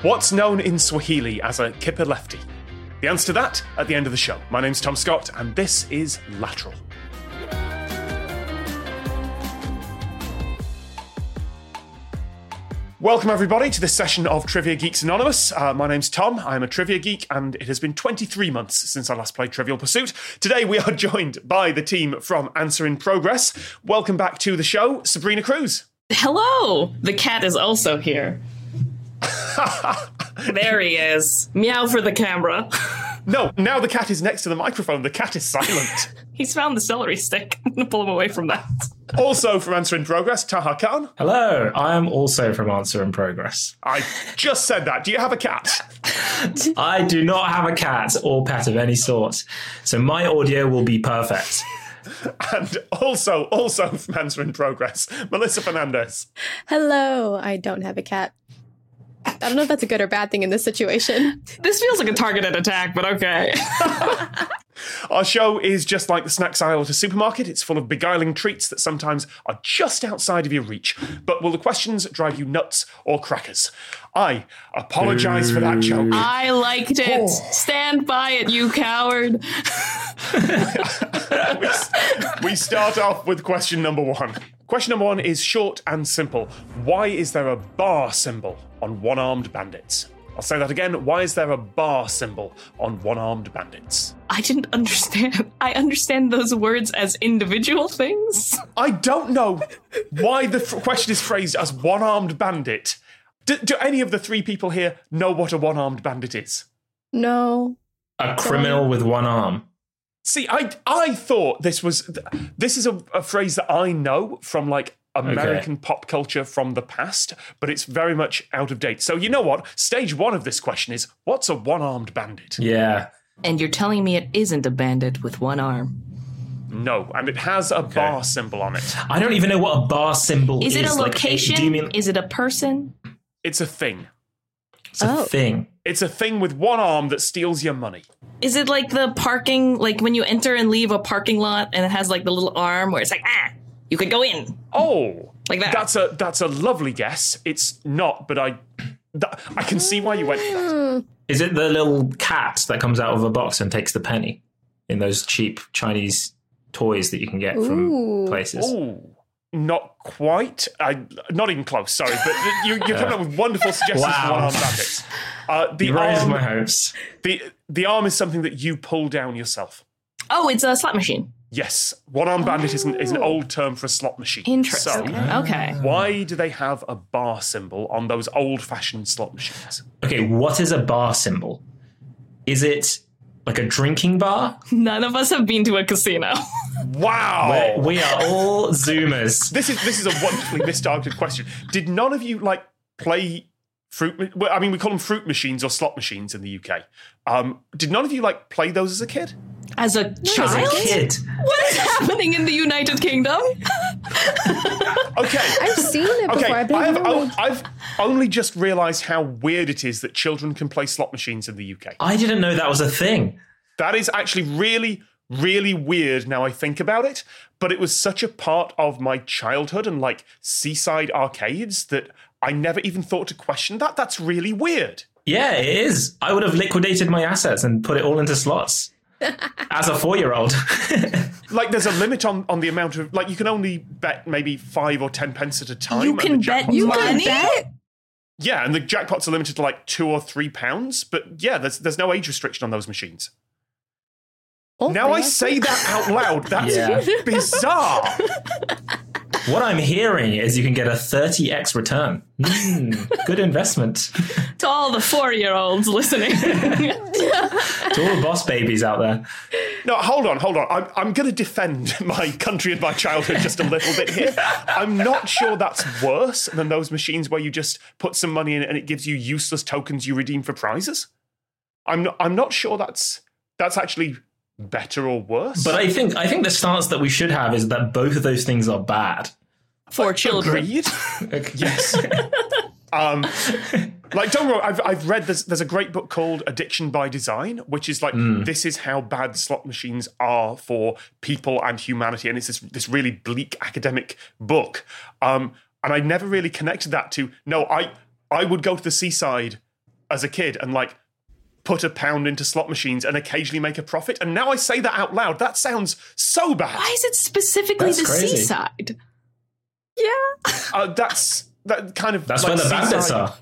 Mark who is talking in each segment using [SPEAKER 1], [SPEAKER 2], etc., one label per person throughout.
[SPEAKER 1] What's known in Swahili as a kipper lefty? The answer to that at the end of the show. My name's Tom Scott, and this is Lateral. Welcome, everybody, to this session of Trivia Geeks Anonymous. Uh, my name's Tom. I'm a trivia geek, and it has been 23 months since I last played Trivial Pursuit. Today, we are joined by the team from Answer in Progress. Welcome back to the show, Sabrina Cruz.
[SPEAKER 2] Hello! The cat is also here. there he is. Meow for the camera.
[SPEAKER 1] No, now the cat is next to the microphone. The cat is silent.
[SPEAKER 2] He's found the celery stick. I'm gonna pull him away from that.
[SPEAKER 1] also, from Answer in Progress, Taha Khan.
[SPEAKER 3] Hello, I am also from Answer in Progress.
[SPEAKER 1] I just said that. Do you have a cat?
[SPEAKER 3] I do not have a cat or pet of any sort, so my audio will be perfect.
[SPEAKER 1] And also, also from Answer in Progress, Melissa Fernandez.
[SPEAKER 4] Hello, I don't have a cat. I don't know if that's a good or bad thing in this situation.
[SPEAKER 2] This feels like a targeted attack, but okay.
[SPEAKER 1] Our show is just like the snacks aisle at a supermarket. It's full of beguiling treats that sometimes are just outside of your reach. But will the questions drive you nuts or crackers? I apologize for that joke.
[SPEAKER 2] I liked it. Stand by it, you coward.
[SPEAKER 1] we, we start off with question number one. Question number one is short and simple. Why is there a bar symbol on one armed bandits? I'll say that again. Why is there a bar symbol on one armed bandits?
[SPEAKER 2] I didn't understand. I understand those words as individual things.
[SPEAKER 1] I don't know why the f- question is phrased as one armed bandit. Do, do any of the three people here know what a one armed bandit is?
[SPEAKER 4] No.
[SPEAKER 3] A criminal with one arm.
[SPEAKER 1] See, I I thought this was this is a, a phrase that I know from like American pop culture from the past, but it's very much out of date. So you know what? Stage one of this question is what's a one-armed bandit?
[SPEAKER 3] Yeah.
[SPEAKER 2] And you're telling me it isn't a bandit with one arm.
[SPEAKER 1] No, and it has a bar symbol on it.
[SPEAKER 3] I don't even know what a bar symbol is.
[SPEAKER 2] Is it a
[SPEAKER 3] Like,
[SPEAKER 2] location?
[SPEAKER 3] do you mean
[SPEAKER 2] Is it a person?
[SPEAKER 1] It's a thing.
[SPEAKER 3] it's a
[SPEAKER 4] Oh.
[SPEAKER 3] thing?
[SPEAKER 1] It's a thing with one arm that steals your money.
[SPEAKER 2] Is it like the parking, like when you enter and leave a parking lot and it has like the little arm where it's like, ah, you could go in?
[SPEAKER 1] Oh,
[SPEAKER 2] Like that.
[SPEAKER 1] That's a that's a lovely guess. It's not, but I that, I can see why you went. for that.
[SPEAKER 3] Is it the little cat that comes out of a box and takes the penny in those cheap Chinese toys that you can get from
[SPEAKER 4] Ooh.
[SPEAKER 3] places?
[SPEAKER 1] Oh, not quite. I not even close. Sorry, but you, you're coming up with wonderful suggestions for
[SPEAKER 3] Wow.
[SPEAKER 1] one-armed bandits. Uh, the
[SPEAKER 3] You raised
[SPEAKER 1] arm,
[SPEAKER 3] my hopes.
[SPEAKER 1] the the arm is something that you pull down yourself.
[SPEAKER 2] Oh, it's a slot machine.
[SPEAKER 1] Yes, one-armed bandit is an, is an old term for a slot machine.
[SPEAKER 2] Interesting.
[SPEAKER 1] So,
[SPEAKER 2] okay.
[SPEAKER 1] why do they have a bar symbol on those old-fashioned slot machines?
[SPEAKER 3] Okay, what is a bar symbol? Is it like a drinking bar?
[SPEAKER 2] None of us have been to a casino.
[SPEAKER 1] Wow.
[SPEAKER 3] We're- We are all Zoomers.
[SPEAKER 1] This is this is a wonderfully mistargeted question. Did none of you like play fruit? ma- Well, I mean, we call them fruit machines or slot machines in the UK. Um, did none of you like play those as a kid?
[SPEAKER 2] As a
[SPEAKER 3] As a
[SPEAKER 2] child?
[SPEAKER 3] kid.
[SPEAKER 2] What is happening in the United Kingdom?
[SPEAKER 1] Okay.
[SPEAKER 4] I've seen it before.
[SPEAKER 1] Okay,
[SPEAKER 4] I've been
[SPEAKER 1] I have,
[SPEAKER 4] really-
[SPEAKER 1] o- I've only just realised how weird it is that children can play slot machines in the UK.
[SPEAKER 3] I didn't know that was a thing.
[SPEAKER 1] That is actually really, really weird now I think about it. But it was such a part of my childhood and like seaside arcades that I never even thought to question that. That's really weird.
[SPEAKER 3] Yeah, it is. I would have liquidated my assets and put it all into slots as a four year old.
[SPEAKER 1] like there's a limit on on the amount of like you can only bet maybe five or ten pence at a time.
[SPEAKER 2] You
[SPEAKER 1] and
[SPEAKER 2] can
[SPEAKER 1] the
[SPEAKER 2] bet
[SPEAKER 1] jackpot's
[SPEAKER 2] you
[SPEAKER 1] like-
[SPEAKER 2] money?
[SPEAKER 1] yeah, and the jackpots are limited to like two or three pounds. But yeah, there's there's no age restriction on those machines.
[SPEAKER 4] Oh,
[SPEAKER 1] now I
[SPEAKER 4] yeah.
[SPEAKER 1] say that out loud. That's
[SPEAKER 3] Yeah.
[SPEAKER 1] bizarre.
[SPEAKER 3] what I'm hearing is you can get a 30x return. Hmm, good investment
[SPEAKER 2] To all the four year olds listening.
[SPEAKER 3] to all the boss babies out there.
[SPEAKER 1] No, hold on, hold on. I'm I'm going to defend my country and my childhood just a little bit here. I'm not sure that's worse than those machines where you just put some money in and it gives you useless tokens you redeem for prizes. I'm not, I'm not sure that's that's actually better or worse.
[SPEAKER 3] But I think I think the stance that we should have is that both of those things are bad.
[SPEAKER 2] For children.
[SPEAKER 1] Agreed.
[SPEAKER 3] Yes.
[SPEAKER 1] Um, like, don't worry, I've, I've read there's, there's a great book called Addiction by Design, which is like,
[SPEAKER 3] Hmm.
[SPEAKER 1] this is how bad slot machines are for people and humanity. And it's this, this really bleak academic book. Um, and I never really connected that to, no, I, I would go to the seaside as a kid and like put a pound into slot machines and occasionally make a profit. And now I say that out loud. That sounds so bad.
[SPEAKER 2] Why is it specifically
[SPEAKER 3] That's
[SPEAKER 2] the
[SPEAKER 3] crazy.
[SPEAKER 2] seaside? Yeah.
[SPEAKER 1] Uh, that's that kind of
[SPEAKER 3] That's
[SPEAKER 1] like,
[SPEAKER 3] where the bandits
[SPEAKER 1] seaside-
[SPEAKER 3] are.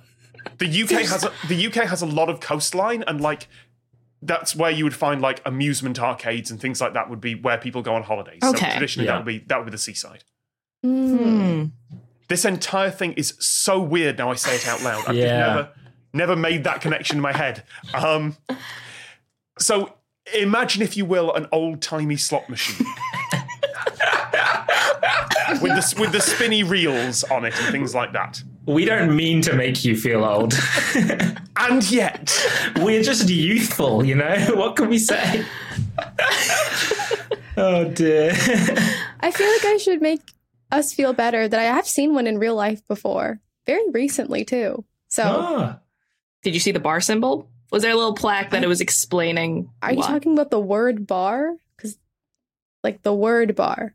[SPEAKER 1] The UK has a, the UK has a lot of coastline, and like that's where you would find like amusement arcades and things like that would be where people go on holidays. So
[SPEAKER 2] Okay.
[SPEAKER 1] traditionally,
[SPEAKER 3] Yeah.
[SPEAKER 1] that would be that would be the seaside.
[SPEAKER 2] Hmm.
[SPEAKER 1] This entire thing is so weird. Now I say it out loud. I've just
[SPEAKER 3] Yeah.
[SPEAKER 1] never never made that connection in my head. Um, so imagine, if you will, an old timey slot machine. with the with the spinny reels on it and things like that,
[SPEAKER 3] We don't mean to make you feel old.
[SPEAKER 1] and yet
[SPEAKER 3] We're just youthful, you know? What can we say? oh dear.
[SPEAKER 4] I feel like I should make us feel better that I have seen one in real life before, very recently too. So,
[SPEAKER 3] Ah.
[SPEAKER 2] Did you see the bar symbol? Was there a little plaque that it was explaining?
[SPEAKER 4] are you
[SPEAKER 2] why?
[SPEAKER 4] talking about the word bar? Because, like, the word bar.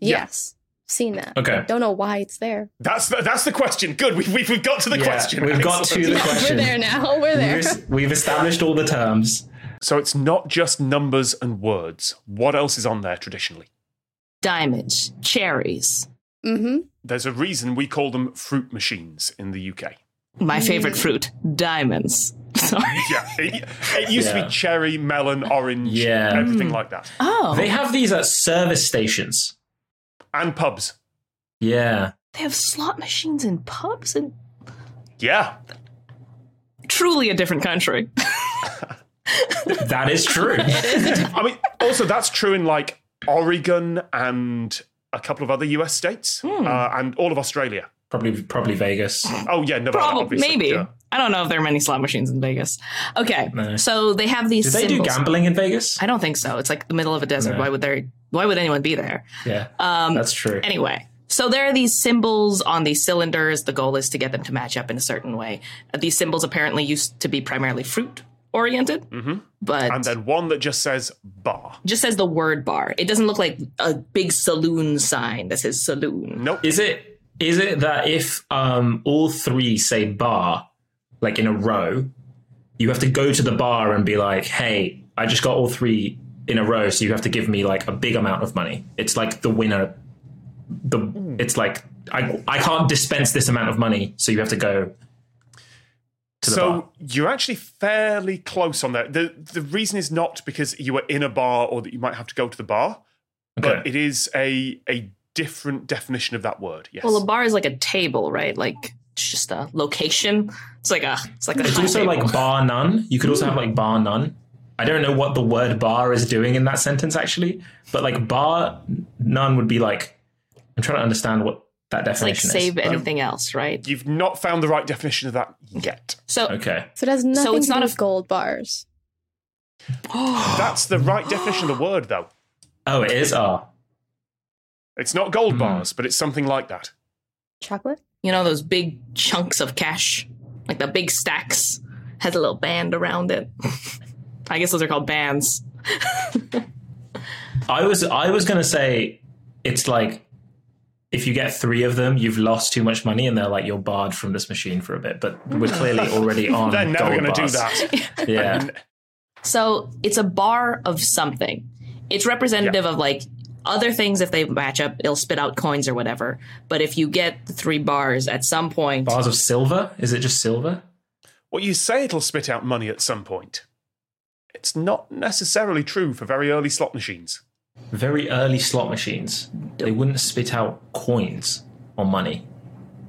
[SPEAKER 1] Yeah.
[SPEAKER 4] Yes, seen that.
[SPEAKER 3] Okay.
[SPEAKER 4] Don't know why it's there.
[SPEAKER 1] That's the, that's the question. Good. We've, we've, we've got to the
[SPEAKER 3] Yeah,
[SPEAKER 1] question.
[SPEAKER 3] We've got to the
[SPEAKER 4] We're
[SPEAKER 3] question.
[SPEAKER 4] there now. We're there.
[SPEAKER 3] We've, we've established all the terms.
[SPEAKER 1] So it's not just numbers and words. What else is on there traditionally?
[SPEAKER 2] diamonds, cherries?
[SPEAKER 4] hmm
[SPEAKER 1] There's a reason we call them fruit machines in the UK.
[SPEAKER 2] My favorite fruit, diamonds. Sorry.
[SPEAKER 1] Yeah. It, it used to
[SPEAKER 3] Yeah.
[SPEAKER 1] be cherry, melon, orange,
[SPEAKER 3] Yeah.
[SPEAKER 1] everything like that.
[SPEAKER 2] Oh,
[SPEAKER 3] They
[SPEAKER 2] they,
[SPEAKER 3] have these at service stations.
[SPEAKER 1] And pubs.
[SPEAKER 3] Yeah.
[SPEAKER 2] have slot machines in pubs and
[SPEAKER 1] Yeah.
[SPEAKER 2] truly a different country.
[SPEAKER 3] That is true.
[SPEAKER 1] I mean, also, that's true in like Oregon and a couple of other US states
[SPEAKER 2] Hmm.
[SPEAKER 1] uh, and all of Australia.
[SPEAKER 3] probably probably Vegas.
[SPEAKER 1] Oh, yeah. Nevada,
[SPEAKER 2] Probably,
[SPEAKER 1] obviously.
[SPEAKER 2] maybe.
[SPEAKER 1] Yeah.
[SPEAKER 2] I don't know if there are many slot machines in Vegas. Okay,
[SPEAKER 3] No.
[SPEAKER 2] so they have these.
[SPEAKER 3] Do they do
[SPEAKER 2] symbols.
[SPEAKER 3] gambling in Vegas?
[SPEAKER 2] I don't think so. It's like the middle of a desert.
[SPEAKER 3] No.
[SPEAKER 2] Why would there? Why would anyone be there?
[SPEAKER 3] Yeah.
[SPEAKER 2] Um,
[SPEAKER 3] that's true.
[SPEAKER 2] Anyway, so there are these symbols on these cylinders. The goal is to get them to match up in a certain way. Uh, These symbols apparently used to be primarily fruit oriented,
[SPEAKER 3] Mm-hmm.
[SPEAKER 2] but
[SPEAKER 1] And then one that just says bar.
[SPEAKER 2] just says the word bar. It doesn't look like a big saloon sign that says saloon.
[SPEAKER 1] Nope.
[SPEAKER 3] Is it is it that if um all three say bar, like in a row, you have to go to the bar and be like, hey, I just got all three in a row, so you have to give me like a big amount of money. It's like the winner the it's like I I can't dispense this amount of money, so you have to go to the
[SPEAKER 1] so
[SPEAKER 3] bar.
[SPEAKER 1] you're actually fairly close on that. The the reason is not because you were in a bar or that you might have to go to the bar, but
[SPEAKER 3] Okay.
[SPEAKER 1] it is a a different definition of that word. Yes.
[SPEAKER 2] Well, a bar is like a table, right? Like it's just a location. It's like a it's like a
[SPEAKER 3] It's
[SPEAKER 2] high
[SPEAKER 3] also
[SPEAKER 2] table.
[SPEAKER 3] like bar none. You could also have like bar none. I don't know what the word bar is doing in that sentence actually, but like bar none would be like. I'm trying to understand what that
[SPEAKER 2] it's like
[SPEAKER 3] definition
[SPEAKER 2] save
[SPEAKER 3] is.
[SPEAKER 2] anything else, right?
[SPEAKER 1] You've not found the right definition of that yet.
[SPEAKER 2] So
[SPEAKER 3] Okay.
[SPEAKER 4] So it has nothing
[SPEAKER 2] it's
[SPEAKER 4] to
[SPEAKER 2] not
[SPEAKER 4] do
[SPEAKER 2] a-
[SPEAKER 4] with gold bars.
[SPEAKER 1] That's the right definition of the word, though.
[SPEAKER 3] Oh, it is R.
[SPEAKER 1] It's not
[SPEAKER 3] Hmm.
[SPEAKER 1] gold bars, but it's something like that.
[SPEAKER 4] Chocolate?
[SPEAKER 2] you know those big chunks of cash, like the big stacks, has a little band around it. I guess those are called bands.
[SPEAKER 3] I was I was gonna say it's like if you get three of them, you've lost too much money, and they're like you're barred from this machine for a bit. But we're clearly already on.
[SPEAKER 1] They're never
[SPEAKER 3] going to
[SPEAKER 1] do that.
[SPEAKER 3] Yeah.
[SPEAKER 2] So it's a bar of something. It's representative of like other things. If they match up, it'll spit out coins or whatever. But if you get the three bars at some point,
[SPEAKER 3] Bars of silver? Is it just silver?
[SPEAKER 1] Well, you say it'll spit out money at some point. It's not necessarily true for very early slot machines.
[SPEAKER 3] very early slot machines, they wouldn't spit out coins or money.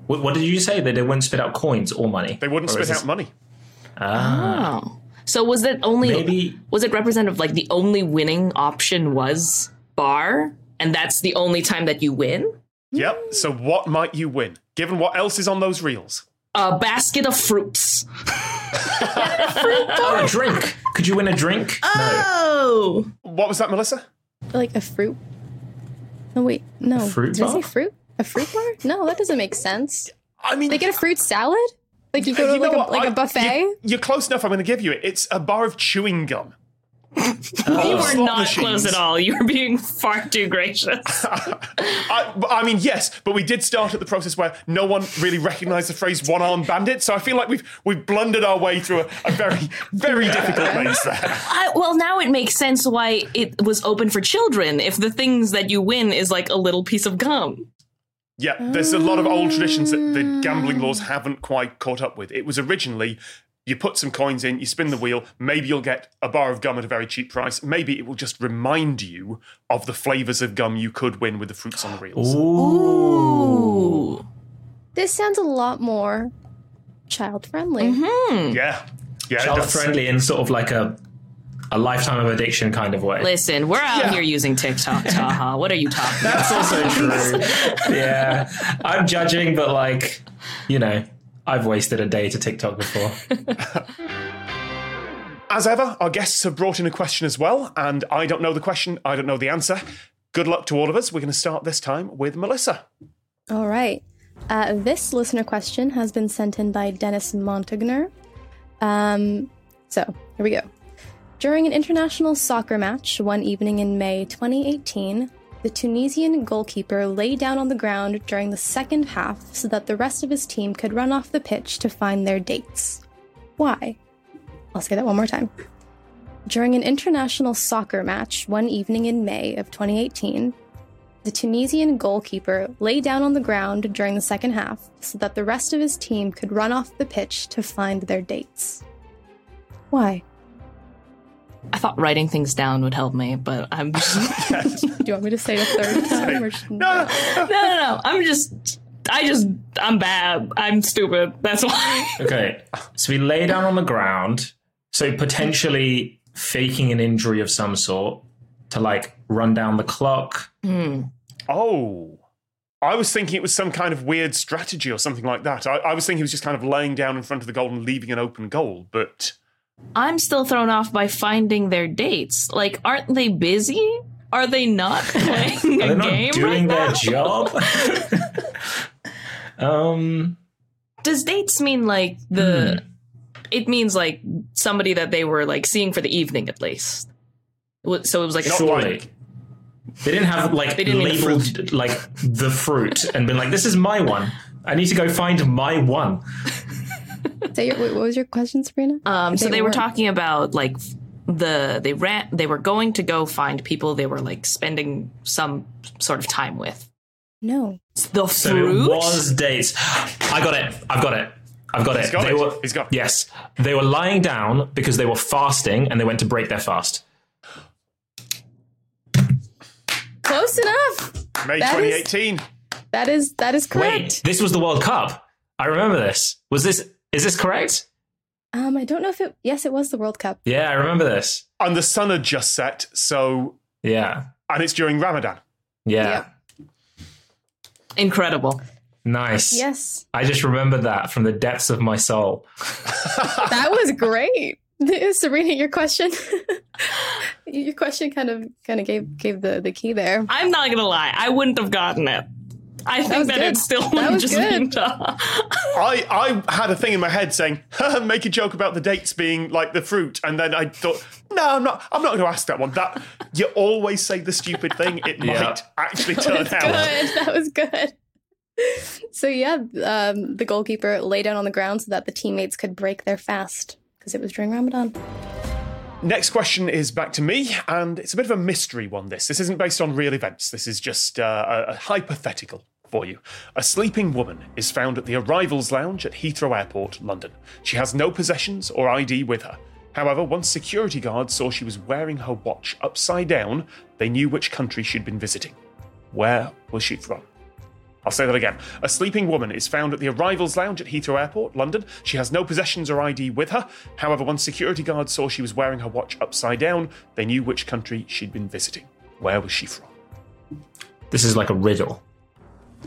[SPEAKER 3] What, what did you say? That they wouldn't spit out coins or money?
[SPEAKER 1] They wouldn't
[SPEAKER 3] Or Oh, is
[SPEAKER 1] spit
[SPEAKER 3] this-
[SPEAKER 1] out money.
[SPEAKER 3] Ah,
[SPEAKER 2] oh, so was that only?
[SPEAKER 3] maybe.
[SPEAKER 2] Was it representative of like the only winning option was bar, and that's the only time that you win?
[SPEAKER 1] Yep. So what might you win, given what else is on those reels?
[SPEAKER 2] A basket of fruits.
[SPEAKER 3] Oh, a drink. Could you win a drink? No.
[SPEAKER 2] Oh,
[SPEAKER 1] What was that, Melissa?
[SPEAKER 4] Like a fruit? No, wait. No.
[SPEAKER 3] fruit
[SPEAKER 4] Did I
[SPEAKER 3] bar?
[SPEAKER 4] say fruit? A fruit bar? No, that doesn't make sense.
[SPEAKER 1] I mean,
[SPEAKER 4] They get a fruit salad? Like you go to
[SPEAKER 1] You know
[SPEAKER 4] like, a,
[SPEAKER 1] what?
[SPEAKER 4] like
[SPEAKER 1] I-
[SPEAKER 4] a buffet?
[SPEAKER 1] You, are close enough. I'm going to give you it. It's a bar of chewing gum.
[SPEAKER 3] Oh,
[SPEAKER 2] you were
[SPEAKER 1] slot
[SPEAKER 2] not
[SPEAKER 1] machines.
[SPEAKER 2] close at all. You were being far too gracious.
[SPEAKER 1] I, but I mean, yes, but we did start at the process where no one really recognised the phrase "one-armed bandit," so I feel like we've we've blundered our way through a, a very very difficult maze there.
[SPEAKER 2] I, well, now it makes sense why it was open for children. If the things that you win is like a little piece of gum,
[SPEAKER 1] Yeah, there's a lot of old traditions that the gambling laws haven't quite caught up with. It was originally you put some coins in, you spin the wheel, maybe you'll get a bar of gum at a very cheap price. Maybe it will just remind you of the flavours of gum you could win with the fruits on the reels.
[SPEAKER 3] Ooh.
[SPEAKER 4] This sounds a lot more child friendly.
[SPEAKER 1] Yeah. Yeah, it
[SPEAKER 3] Child
[SPEAKER 1] does.
[SPEAKER 3] friendly in sort of like a a lifetime of addiction kind of way.
[SPEAKER 2] listen, we're out
[SPEAKER 1] Yeah.
[SPEAKER 2] here using TikTok. Taha, what are you talking about?
[SPEAKER 3] That's also true. yeah. I'm judging, but like, you know, I've wasted a day to TikTok before.
[SPEAKER 1] As ever, our guests have brought in a question as well, and I don't know the question, I don't know the answer. Good luck to all of us. We're going to start this time with Melissa.
[SPEAKER 4] All right. Uh, this listener question has been sent in by Dennis Montagner. Um, so here we go. During an international soccer match one evening in May 2018, the Tunisian goalkeeper lay down on the ground during the second half so that the rest of his team could run off the pitch to find their dates. Why? I'll say that one more time. During an international soccer match one evening in May of 2018, the Tunisian goalkeeper lay down on the ground during the second half so that the rest of his team could run off the pitch to find their dates. Why?
[SPEAKER 2] I thought writing things down would help me, but I'm just,
[SPEAKER 4] Do you want me to say it a third time? Or just...
[SPEAKER 1] No,
[SPEAKER 2] no, no, no. I'm just, I just, I'm bad. I'm stupid. That's why.
[SPEAKER 3] Okay. So we lay down on the ground. So potentially faking an injury of some sort to like run down the clock.
[SPEAKER 1] Oh. I was thinking it was some kind of weird strategy or something like that. I, I was thinking he was just kind of laying down in front of the goal and leaving an open goal, but
[SPEAKER 2] I'm still thrown off by finding their dates. Like, aren't they busy? Are they not playing
[SPEAKER 3] Are they
[SPEAKER 2] a game
[SPEAKER 3] not doing
[SPEAKER 2] right
[SPEAKER 3] their
[SPEAKER 2] now?
[SPEAKER 3] job? um
[SPEAKER 2] Does dates mean like the? It means like somebody that they were like seeing for the evening at least. It was- So it was like
[SPEAKER 1] Not
[SPEAKER 3] surely.
[SPEAKER 1] like-
[SPEAKER 3] They didn't have like
[SPEAKER 2] They didn't mean the
[SPEAKER 3] labeled like the fruit and been like, "This is my one. I need to go find my one."
[SPEAKER 4] Say your, wait, what was your question, Sabrina?
[SPEAKER 2] Um, so
[SPEAKER 4] They
[SPEAKER 2] they were
[SPEAKER 4] weren't.
[SPEAKER 2] talking about like the they ran they were going to go find people they were like spending some sort of time with.
[SPEAKER 4] no.
[SPEAKER 2] The
[SPEAKER 3] So
[SPEAKER 2] fruit.
[SPEAKER 3] it was dates. I got it. I've got it. I've got it.
[SPEAKER 1] got
[SPEAKER 3] they
[SPEAKER 1] it.
[SPEAKER 3] were
[SPEAKER 1] He's got it.
[SPEAKER 3] yes. They were lying down because they were fasting and they went to break their fast.
[SPEAKER 4] Close enough.
[SPEAKER 1] May
[SPEAKER 4] That is-
[SPEAKER 1] 2018.
[SPEAKER 4] That is that is
[SPEAKER 3] Wait,
[SPEAKER 4] correct.
[SPEAKER 3] this was the World Cup. I remember this. Was this is this correct?
[SPEAKER 4] Um, I don't know if it. Yes, it was the World Cup.
[SPEAKER 3] Yeah, I remember this.
[SPEAKER 1] And the sun had just set, so.
[SPEAKER 3] Yeah.
[SPEAKER 1] And it's during Ramadan.
[SPEAKER 3] Yeah.
[SPEAKER 4] Yep.
[SPEAKER 2] Incredible.
[SPEAKER 3] Nice.
[SPEAKER 4] Yes,
[SPEAKER 3] I just remembered that from the depths of my soul.
[SPEAKER 4] that was great. Sabrina, your question. your question kind of kind of gave gave the the key there.
[SPEAKER 2] I'm not gonna lie, I wouldn't have gotten it. I
[SPEAKER 4] was
[SPEAKER 2] think that,
[SPEAKER 4] good.
[SPEAKER 2] it still
[SPEAKER 4] That
[SPEAKER 2] would have
[SPEAKER 4] was
[SPEAKER 2] just
[SPEAKER 4] good.
[SPEAKER 2] been duh.
[SPEAKER 1] I, I had a thing in my head saying, make a joke about the dates being like the fruit. And then I thought, no, I'm not I'm not going to ask that one. That You always say the stupid thing, it
[SPEAKER 3] Yeah.
[SPEAKER 1] might actually turn out.
[SPEAKER 4] good. That was good. So yeah, um, the goalkeeper lay down on the ground so that the teammates could break their fast because it was during Ramadan.
[SPEAKER 1] Next question is back to me, and it's a bit of a mystery one. This this isn't based on real events. This is just uh, a, a hypothetical for you. A sleeping woman is found at the arrivals lounge at Heathrow Airport, London. She has no possessions or ID with her. However, once security guards saw she was wearing her watch upside down, they knew which country she'd been visiting. Where was she from? I'll say that again. A sleeping woman is found at the arrivals lounge at Heathrow Airport, London. She has no possessions or ID with her. However, once security guards saw she was wearing her watch upside down, they knew which country she'd been visiting. Where was she from?
[SPEAKER 3] This is like a riddle.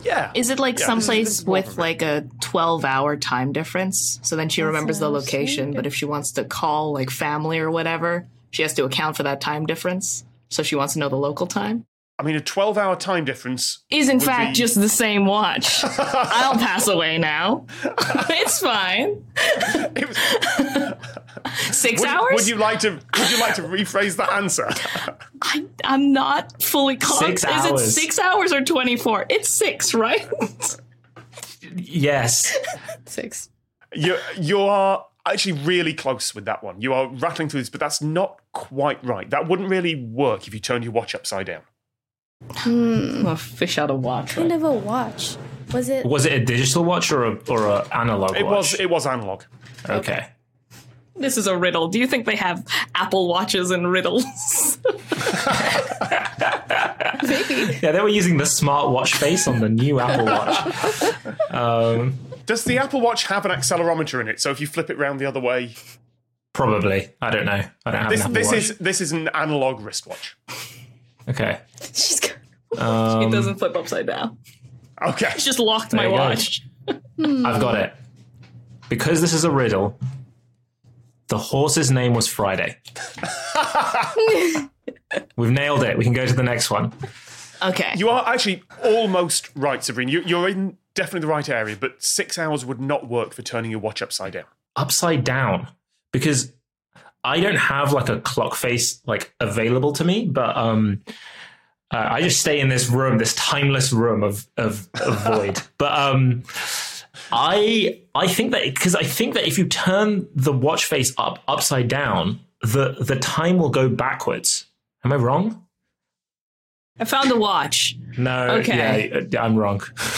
[SPEAKER 1] Yeah.
[SPEAKER 2] Is it like
[SPEAKER 1] Yeah, this
[SPEAKER 2] someplace
[SPEAKER 1] is more of
[SPEAKER 2] with
[SPEAKER 1] a-
[SPEAKER 2] like a twelve hour time difference? So then she remembers the
[SPEAKER 4] sounds
[SPEAKER 2] location, but if she wants to call like family or whatever, she has to account for that time difference. So she wants to know the local time.
[SPEAKER 1] I mean, a 12 hour time difference.
[SPEAKER 2] is in
[SPEAKER 1] would
[SPEAKER 2] fact
[SPEAKER 1] be-
[SPEAKER 2] just the same watch. I'll pass away now. It's fine.
[SPEAKER 1] It was-
[SPEAKER 2] six
[SPEAKER 1] would,
[SPEAKER 2] hours?
[SPEAKER 1] Would you like to? Would you like to rephrase that answer?
[SPEAKER 2] I, I'm not fully confident.
[SPEAKER 3] Six
[SPEAKER 2] Is it
[SPEAKER 3] hours.
[SPEAKER 2] six hours or 24? It's six, right?
[SPEAKER 3] Yes.
[SPEAKER 4] Six.
[SPEAKER 1] you you are actually really close with that one. You are rattling through this, but that's not quite right. That wouldn't really work if you turned your watch upside down.
[SPEAKER 2] well, fish out of water.
[SPEAKER 4] Kind of a watch. Was it?
[SPEAKER 3] Was it a digital watch or a or a analog
[SPEAKER 1] It
[SPEAKER 3] watch?
[SPEAKER 1] was it was analog.
[SPEAKER 3] okay.
[SPEAKER 2] This is a riddle. Do you think they have Apple watches and riddles?
[SPEAKER 3] Yeah, they were using the smart watch face on the new Apple Watch.
[SPEAKER 1] Does the Apple Watch have an accelerometer in it? So if you flip it round the other way,
[SPEAKER 3] Probably. I don't know. I don't have
[SPEAKER 1] this
[SPEAKER 3] an Apple
[SPEAKER 1] this
[SPEAKER 3] Watch.
[SPEAKER 1] is this is an analog wristwatch.
[SPEAKER 3] okay.
[SPEAKER 2] She's got-
[SPEAKER 3] Um,
[SPEAKER 2] it doesn't flip upside down.
[SPEAKER 1] Okay.
[SPEAKER 2] She just locked my
[SPEAKER 3] you go.
[SPEAKER 2] watch.
[SPEAKER 3] I've got it. Because this is a riddle, the horse's name was Friday. We've nailed it. We can go to the next one.
[SPEAKER 2] Okay.
[SPEAKER 1] You are actually almost right, Sabrina. You, you're in definitely the right area, but six hours would not work for turning your watch upside down.
[SPEAKER 3] Upside down. Because I don't have like a clock face like available to me, but um uh, I just stay in this room, this timeless room of of, of void. But um I I think that because I think that if you turn the watch face up upside down, the the time will go backwards. Am I wrong?
[SPEAKER 2] I found a watch.
[SPEAKER 3] No.
[SPEAKER 2] Okay.
[SPEAKER 3] Yeah, uh, I'm wrong.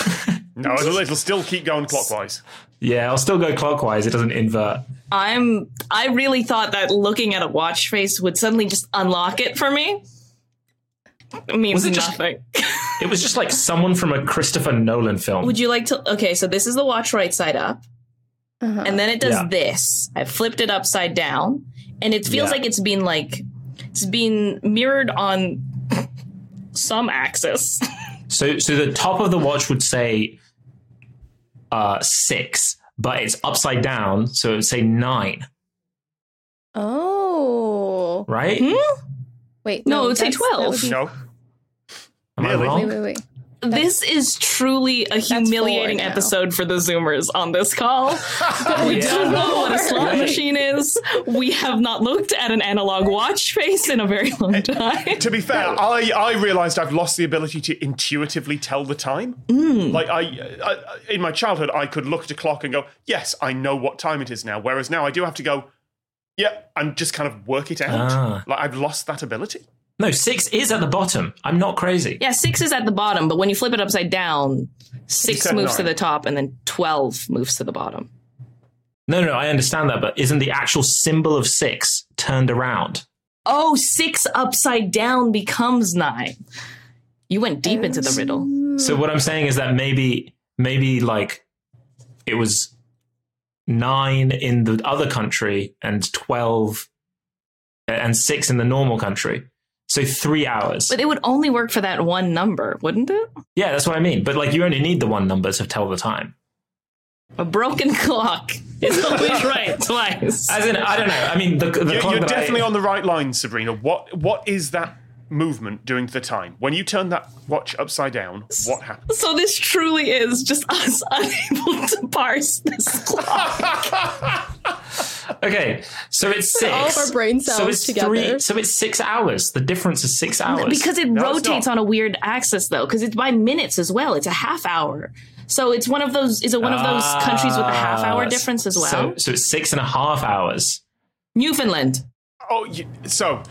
[SPEAKER 1] No, it'll, it'll still keep going clockwise.
[SPEAKER 3] yeah, I'll still go clockwise. It doesn't invert.
[SPEAKER 2] I'm I really thought that looking at a watch face would suddenly just unlock it for me. It means
[SPEAKER 3] Was it just-
[SPEAKER 2] nothing.
[SPEAKER 3] It was just like someone from a Christopher Nolan film.
[SPEAKER 2] Would you like to Okay, so this is the watch right side up.
[SPEAKER 4] Uh-huh.
[SPEAKER 2] And then it does
[SPEAKER 3] Yeah.
[SPEAKER 2] this. I flipped it upside down and it feels
[SPEAKER 3] Yeah.
[SPEAKER 2] like it's been like it's been mirrored on some axis.
[SPEAKER 3] so, so the top of the watch would say uh, six, but it's upside down, so it would say nine,
[SPEAKER 4] Oh.
[SPEAKER 3] right?
[SPEAKER 2] Hmm?
[SPEAKER 4] Wait.
[SPEAKER 2] No, it would say
[SPEAKER 4] that's- that
[SPEAKER 2] 12.
[SPEAKER 4] would be-
[SPEAKER 1] No,
[SPEAKER 3] Am I
[SPEAKER 1] Really?
[SPEAKER 4] Wait,
[SPEAKER 3] wrong?
[SPEAKER 4] wait, wait.
[SPEAKER 2] This is truly a humiliating
[SPEAKER 4] four now.
[SPEAKER 2] episode for the Zoomers on this call. But we
[SPEAKER 3] Yeah.
[SPEAKER 2] don't know what a slot
[SPEAKER 3] Right.
[SPEAKER 2] machine is. We have not looked at an analog watch face in a very long time.
[SPEAKER 1] to be fair, I, I realised I've lost the ability to intuitively tell the time.
[SPEAKER 3] Mm.
[SPEAKER 1] Like I, I, in my childhood, I could look at a clock and go, "Yes, I know what time it is now." Whereas now, I do have to go, "Yeah," and just kind of work it out.
[SPEAKER 3] Ah.
[SPEAKER 1] Like I've lost that ability.
[SPEAKER 3] No, six is at the bottom. I'm not crazy.
[SPEAKER 2] Yeah, six is at the bottom, but when you flip it upside down, six
[SPEAKER 1] said
[SPEAKER 2] moves
[SPEAKER 1] nine.
[SPEAKER 2] to the top and then 12 moves to the bottom.
[SPEAKER 3] No, no, I understand that, but isn't the actual symbol of six turned around?
[SPEAKER 2] Oh, six upside down becomes nine. You went deep into the riddle.
[SPEAKER 3] So what I'm saying is that maybe maybe like it was nine in the other country and twelve and six in the normal country. So three hours.
[SPEAKER 2] But it would only work for that one number, wouldn't it?
[SPEAKER 3] yeah, that's what I mean. But like you only need the one number to tell the time.
[SPEAKER 2] A broken clock is always right twice.
[SPEAKER 3] As in, I don't know. I mean, the, the
[SPEAKER 1] You're,
[SPEAKER 3] clock
[SPEAKER 1] you're
[SPEAKER 3] that I-
[SPEAKER 1] definitely on the right line, Sabrina. What what is that movement doing to the time? When you turn that watch upside down, what happens?
[SPEAKER 2] So this truly is just us unable to parse this clock.
[SPEAKER 3] Okay, so it's six.
[SPEAKER 4] all of our brain
[SPEAKER 3] so
[SPEAKER 4] cells
[SPEAKER 3] it's Three,
[SPEAKER 4] together.
[SPEAKER 3] so it's six hours. The difference is six hours.
[SPEAKER 2] because it
[SPEAKER 1] No, it's
[SPEAKER 2] rotates
[SPEAKER 1] not.
[SPEAKER 2] on a weird axis though, because it's by minutes as well. It's a half hour. So it's one of those is it one of those countries with a half hour
[SPEAKER 3] Ah,
[SPEAKER 2] difference as well?
[SPEAKER 3] So, so it's six and a half hours.
[SPEAKER 2] Newfoundland.
[SPEAKER 1] Oh, you, so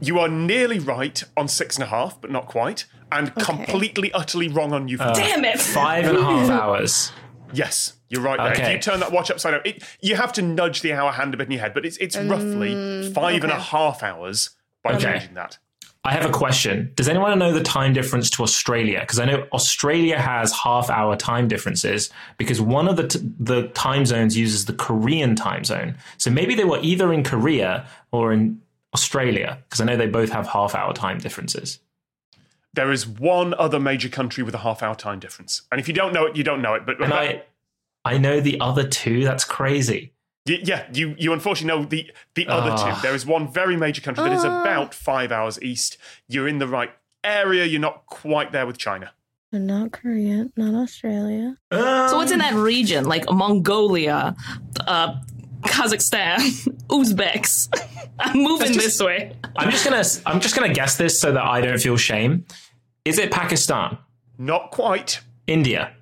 [SPEAKER 1] you are nearly right on six and a half, but not quite, and completely utterly wrong on
[SPEAKER 3] Uh.
[SPEAKER 1] you.
[SPEAKER 2] Damn it.
[SPEAKER 3] Five and a half hours.
[SPEAKER 1] Yes, you're right. There. If
[SPEAKER 3] Okay.
[SPEAKER 1] you turn that watch upside down, it, you have to nudge the hour hand a bit in your head, but it's it's roughly five and a half hours by
[SPEAKER 3] Okay.
[SPEAKER 1] changing that.
[SPEAKER 3] I have a question. Does anyone know the time difference to Australia? Because I know Australia has half hour time differences because one of the t- the time zones uses the Korean time zone. So maybe they were either in Korea or in Australia because I know they both have half hour time differences.
[SPEAKER 1] There is one other major country with a half hour time difference, and if you don't know it, you don't know it. But
[SPEAKER 3] And I I know the other two. That's crazy.
[SPEAKER 1] Y- yeah, you you unfortunately know the the other
[SPEAKER 3] Ah.
[SPEAKER 1] two. There is one very major country that is about five hours east. You're in the right area. You're not quite there with China.
[SPEAKER 4] Not Korea. Not Australia.
[SPEAKER 2] So what's in that region? Like Mongolia, uh Kazakhstan, Uzbeks. I'm moving
[SPEAKER 3] just-
[SPEAKER 2] this way.
[SPEAKER 3] I'm just gonna I'm just gonna guess this so that I don't feel shame. Is it Pakistan?
[SPEAKER 1] Not quite.
[SPEAKER 3] India?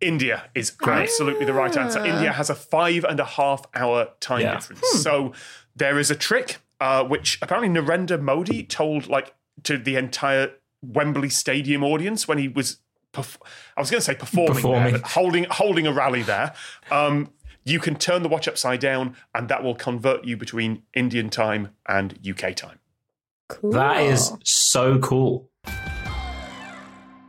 [SPEAKER 1] India is absolutely the right answer. India has a five and a half hour time
[SPEAKER 3] Yeah.
[SPEAKER 1] difference. So there is a trick uh, which apparently Narendra Modi told like to the entire Wembley Stadium audience when he was. Perf- I was going to say performing, there,
[SPEAKER 3] Performing.
[SPEAKER 1] but holding holding a rally there. Um, you can turn the watch upside down, and that will convert you between Indian time and UK time.
[SPEAKER 4] Cool.
[SPEAKER 3] That is so cool.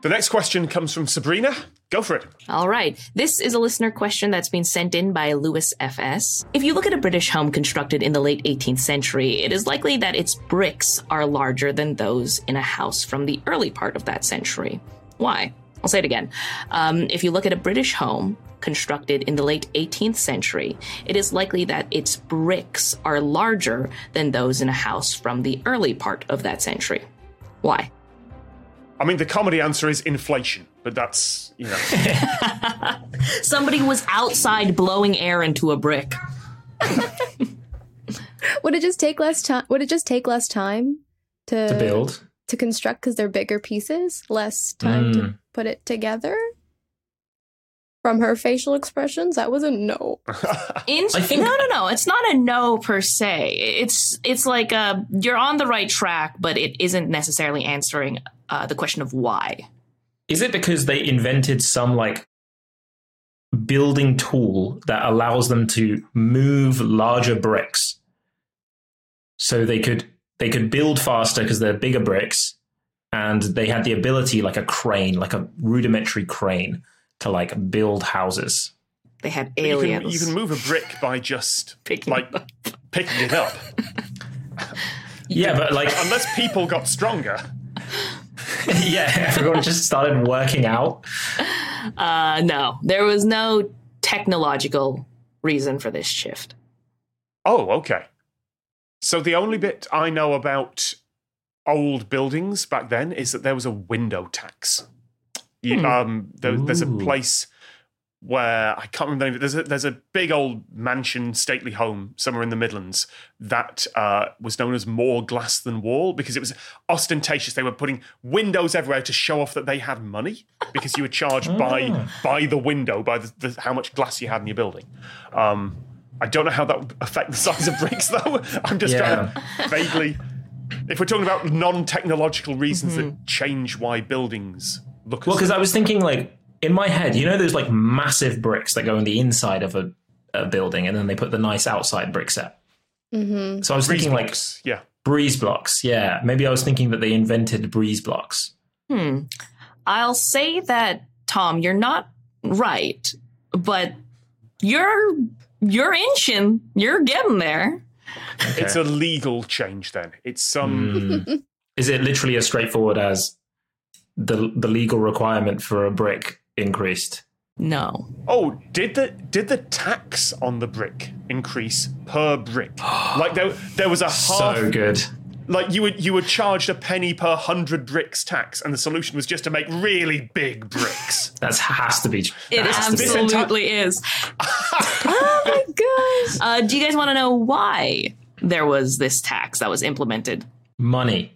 [SPEAKER 1] The next question comes from Sabrina. Go for it.
[SPEAKER 2] All right. This is a listener question that's been sent in by Lewis FS. If you look at a British home constructed in the late 18th century, it is likely that its bricks are larger than those in a house from the early part of that century. Why? I'll say it again. Um, if you look at a British home constructed in the late 18th century, it is likely that its bricks are larger than those in a house from the early part of that century. Why?
[SPEAKER 1] I mean, the comedy answer is inflation, but that's you know.
[SPEAKER 2] Somebody was outside blowing air into a brick.
[SPEAKER 4] Would it just take less time? Would it just take less time to
[SPEAKER 3] To build.
[SPEAKER 4] to construct because they're bigger pieces? Less time to put it together. From her facial expressions, that was a no.
[SPEAKER 2] In-
[SPEAKER 3] I think-
[SPEAKER 2] no, no, no. It's not a no per se. It's it's like uh, you're on the right track, but it isn't necessarily answering uh, the question of why.
[SPEAKER 3] Is it because they invented some like building tool that allows them to move larger bricks? So they could they could build faster because they're bigger bricks and they had the ability like a crane, like a rudimentary crane to like build houses.
[SPEAKER 2] They had
[SPEAKER 1] You
[SPEAKER 2] aliens.
[SPEAKER 1] can, you can move a brick by just
[SPEAKER 2] Picking
[SPEAKER 1] like
[SPEAKER 2] it up.
[SPEAKER 1] picking it up,
[SPEAKER 3] Yeah, but like
[SPEAKER 1] unless people got stronger.
[SPEAKER 3] yeah, everyone just started working out.
[SPEAKER 2] uh, no, there was no technological reason for this shift.
[SPEAKER 1] Oh, okay. So the only bit I know about old buildings back then is that there was a window tax. You- um, there- there's a
[SPEAKER 3] Ooh.
[SPEAKER 1] place where I can't remember the name. Of it. There's a there's a big old mansion, stately home somewhere in the Midlands that uh, was known as more glass than wall because it was ostentatious. They were putting windows everywhere to show off that they had money because you were charged by by the window by the, the, how much glass you had in your building. Um, I don't know how that would affect the size of bricks though. I'm just
[SPEAKER 3] Yeah.
[SPEAKER 1] trying to vaguely. If we're talking about non-technological reasons that change why buildings look,
[SPEAKER 3] Well,
[SPEAKER 1] as
[SPEAKER 3] because I was thinking, like, in my head, you know, those like massive bricks that go in the inside of a, a building, and then they put the nice outside brick set.
[SPEAKER 4] Mm-hmm.
[SPEAKER 3] So I was
[SPEAKER 1] breeze
[SPEAKER 3] thinking,
[SPEAKER 1] blocks. yeah.
[SPEAKER 3] like, breeze blocks. Yeah, maybe I was thinking that they invented breeze blocks.
[SPEAKER 2] Hmm. I'll say that Tom, you're not right, but you're you're inching. You're getting there.
[SPEAKER 1] It's a legal change then. It's um, some
[SPEAKER 3] Hmm. Is it literally as straightforward as the the legal requirement for a brick increased?
[SPEAKER 2] No.
[SPEAKER 1] Oh, did the did the tax on the brick increase per brick? like there there was a half
[SPEAKER 3] So good.
[SPEAKER 1] like you were you were charged a penny per 100 bricks tax and the solution was just to make really big bricks.
[SPEAKER 3] That has to be.
[SPEAKER 2] It
[SPEAKER 3] that has to be-
[SPEAKER 2] absolutely is.
[SPEAKER 4] Oh my gosh!
[SPEAKER 2] Uh, do you guys want to know why there was this tax that was implemented?
[SPEAKER 3] money.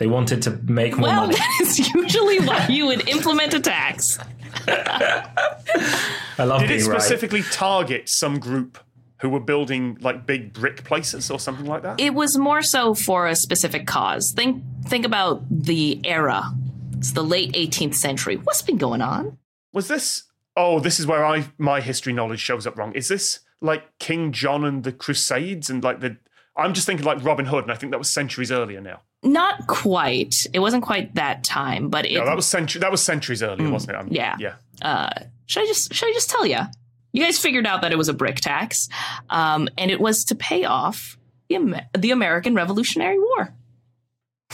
[SPEAKER 3] They wanted to make more
[SPEAKER 2] Well,
[SPEAKER 3] money.
[SPEAKER 2] that is usually why you would implement a tax.
[SPEAKER 3] I love
[SPEAKER 1] Did
[SPEAKER 3] being
[SPEAKER 1] it
[SPEAKER 3] right.
[SPEAKER 1] specifically target some group who were building like big brick places or something like that?
[SPEAKER 2] It was more so for a specific cause. Think think about the era. It's the late 18th century. What's been going on?
[SPEAKER 1] Was this Oh, this is where I my history knowledge shows up wrong. Is this like King John and the Crusades and like the I'm just thinking like Robin Hood and I think that was centuries earlier now.
[SPEAKER 2] Not quite. It wasn't quite that time, but it.
[SPEAKER 1] No, that was centu- that was centuries earlier, wasn't it? I'm-
[SPEAKER 2] yeah.
[SPEAKER 1] Yeah.
[SPEAKER 2] uh, should I just should I just tell you? You guys figured out that it was a brick tax, um, and it was to pay off the, Amer- the American Revolutionary War.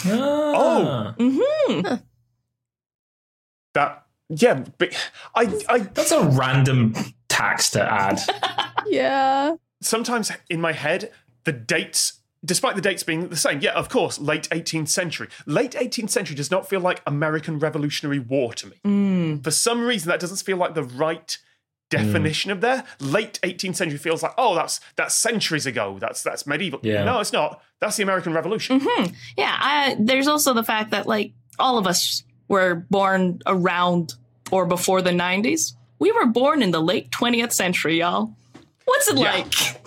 [SPEAKER 1] Oh.
[SPEAKER 3] Ah.
[SPEAKER 2] hmm
[SPEAKER 1] That yeah, but I I
[SPEAKER 3] That's a random tax to add.
[SPEAKER 4] Yeah.
[SPEAKER 1] sometimes in my head the dates despite the dates being the same yeah of course late 18th century late 18th century does not feel like american revolutionary war to me for some reason that doesn't feel like the right definition of there. Late 18th century feels like, oh, that's that's centuries ago. That's that's medieval.
[SPEAKER 3] Yeah.
[SPEAKER 1] No, it's not. That's the American Revolution.
[SPEAKER 2] Yeah, I, there's also the fact that like all of us were born around or before the 90s. We were born in the late 20th century, y'all. What's it
[SPEAKER 1] Yeah.
[SPEAKER 2] like?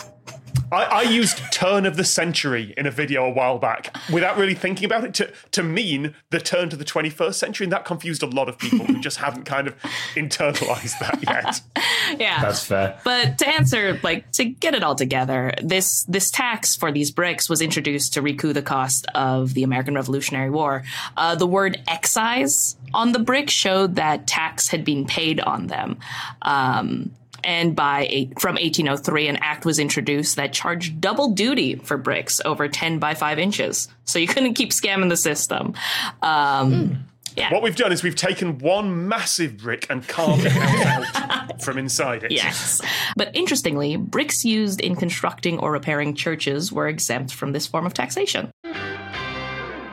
[SPEAKER 1] I, I used turn of the century in a video a while back without really thinking about it to, to mean the turn to the 21st century. And that confused a lot of people who just haven't kind of internalized that yet.
[SPEAKER 2] Yeah.
[SPEAKER 3] That's fair.
[SPEAKER 2] but to answer, like to get it all together, this this tax for these bricks was introduced to recoup the cost of the American Revolutionary War. Uh, the word excise on the brick showed that tax had been paid on them. Um, and by eight, from 1803, an act was introduced that charged double duty for bricks over 10 by 5 inches. So you couldn't keep scamming the system. Um,
[SPEAKER 1] What we've done is we've taken one massive brick and carved it out from inside it.
[SPEAKER 2] Yes. But interestingly, bricks used in constructing or repairing churches were exempt from this form of taxation.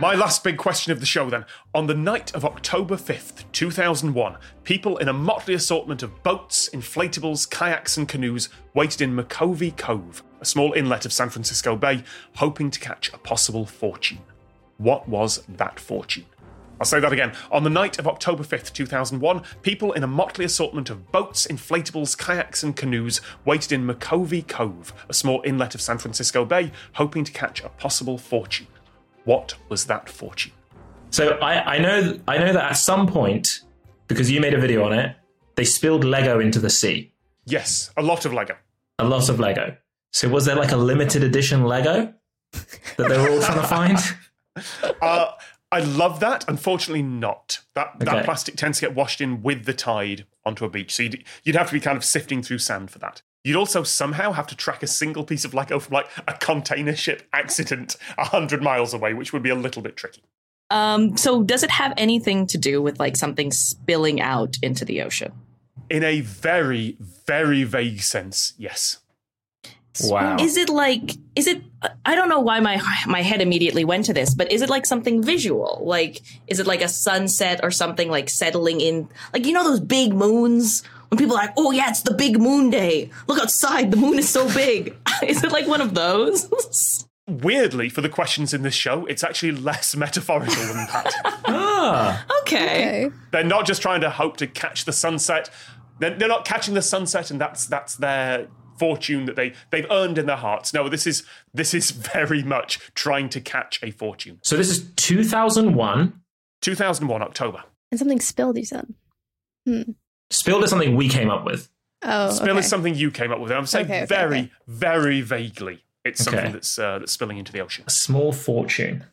[SPEAKER 1] My last big question of the show then. On the night of October 5th, 2001, people in a motley assortment of boats, inflatables, kayaks, and canoes waited in McCovey Cove, a small inlet of San Francisco Bay, hoping to catch a possible fortune. What was that fortune? I'll say that again. On the night of October 5th, 2001, people in a motley assortment of boats, inflatables, kayaks, and canoes waited in McCovey Cove, a small inlet of San Francisco Bay, hoping to catch a possible fortune. What was that fortune?
[SPEAKER 3] So I, I know I know that at some point, because you made a video on it, they spilled Lego into the sea.
[SPEAKER 1] Yes, a lot of Lego.
[SPEAKER 3] A lot of Lego. So was there like a limited edition Lego that they were all trying to find?
[SPEAKER 1] Uh, I love that. Unfortunately, not. That, that
[SPEAKER 3] Okay.
[SPEAKER 1] plastic tends to get washed in with the tide onto a beach. So you'd, you'd have to be kind of sifting through sand for that. You'd also somehow have to track a single piece of Lego from like a container ship accident 100 miles away, which would be a little bit tricky.
[SPEAKER 2] Um, so, does it have anything to do with like something spilling out into the ocean?
[SPEAKER 1] In a very, very vague sense, yes.
[SPEAKER 3] Wow.
[SPEAKER 2] Is it like, is it, I don't know why my, my head immediately went to this, but is it like something visual? Like, is it like a sunset or something like settling in? Like, you know, those big moons when people are like, oh, yeah, it's the big moon day. Look outside, the moon is so big. is it like one of those?
[SPEAKER 1] Weirdly, for the questions in this show, it's actually less metaphorical than that.
[SPEAKER 3] Ah,
[SPEAKER 2] okay.
[SPEAKER 4] Okay.
[SPEAKER 1] They're not just trying to hope to catch the sunset. They're, they're not catching the sunset, and that's that's their fortune that they they've earned in their hearts. No, this is this is very much trying to catch a fortune.
[SPEAKER 3] so this is 2001.
[SPEAKER 1] 2001 October.
[SPEAKER 4] And something spilled, you said.
[SPEAKER 3] Spilled is something we came up with.
[SPEAKER 4] Oh.
[SPEAKER 1] Spill
[SPEAKER 4] okay.
[SPEAKER 1] is something you came up with. I'm saying
[SPEAKER 4] Okay, okay,
[SPEAKER 1] very
[SPEAKER 4] okay.
[SPEAKER 1] very vaguely. It's something
[SPEAKER 3] Okay.
[SPEAKER 1] that's uh, that's spilling into the ocean.
[SPEAKER 3] A small fortune.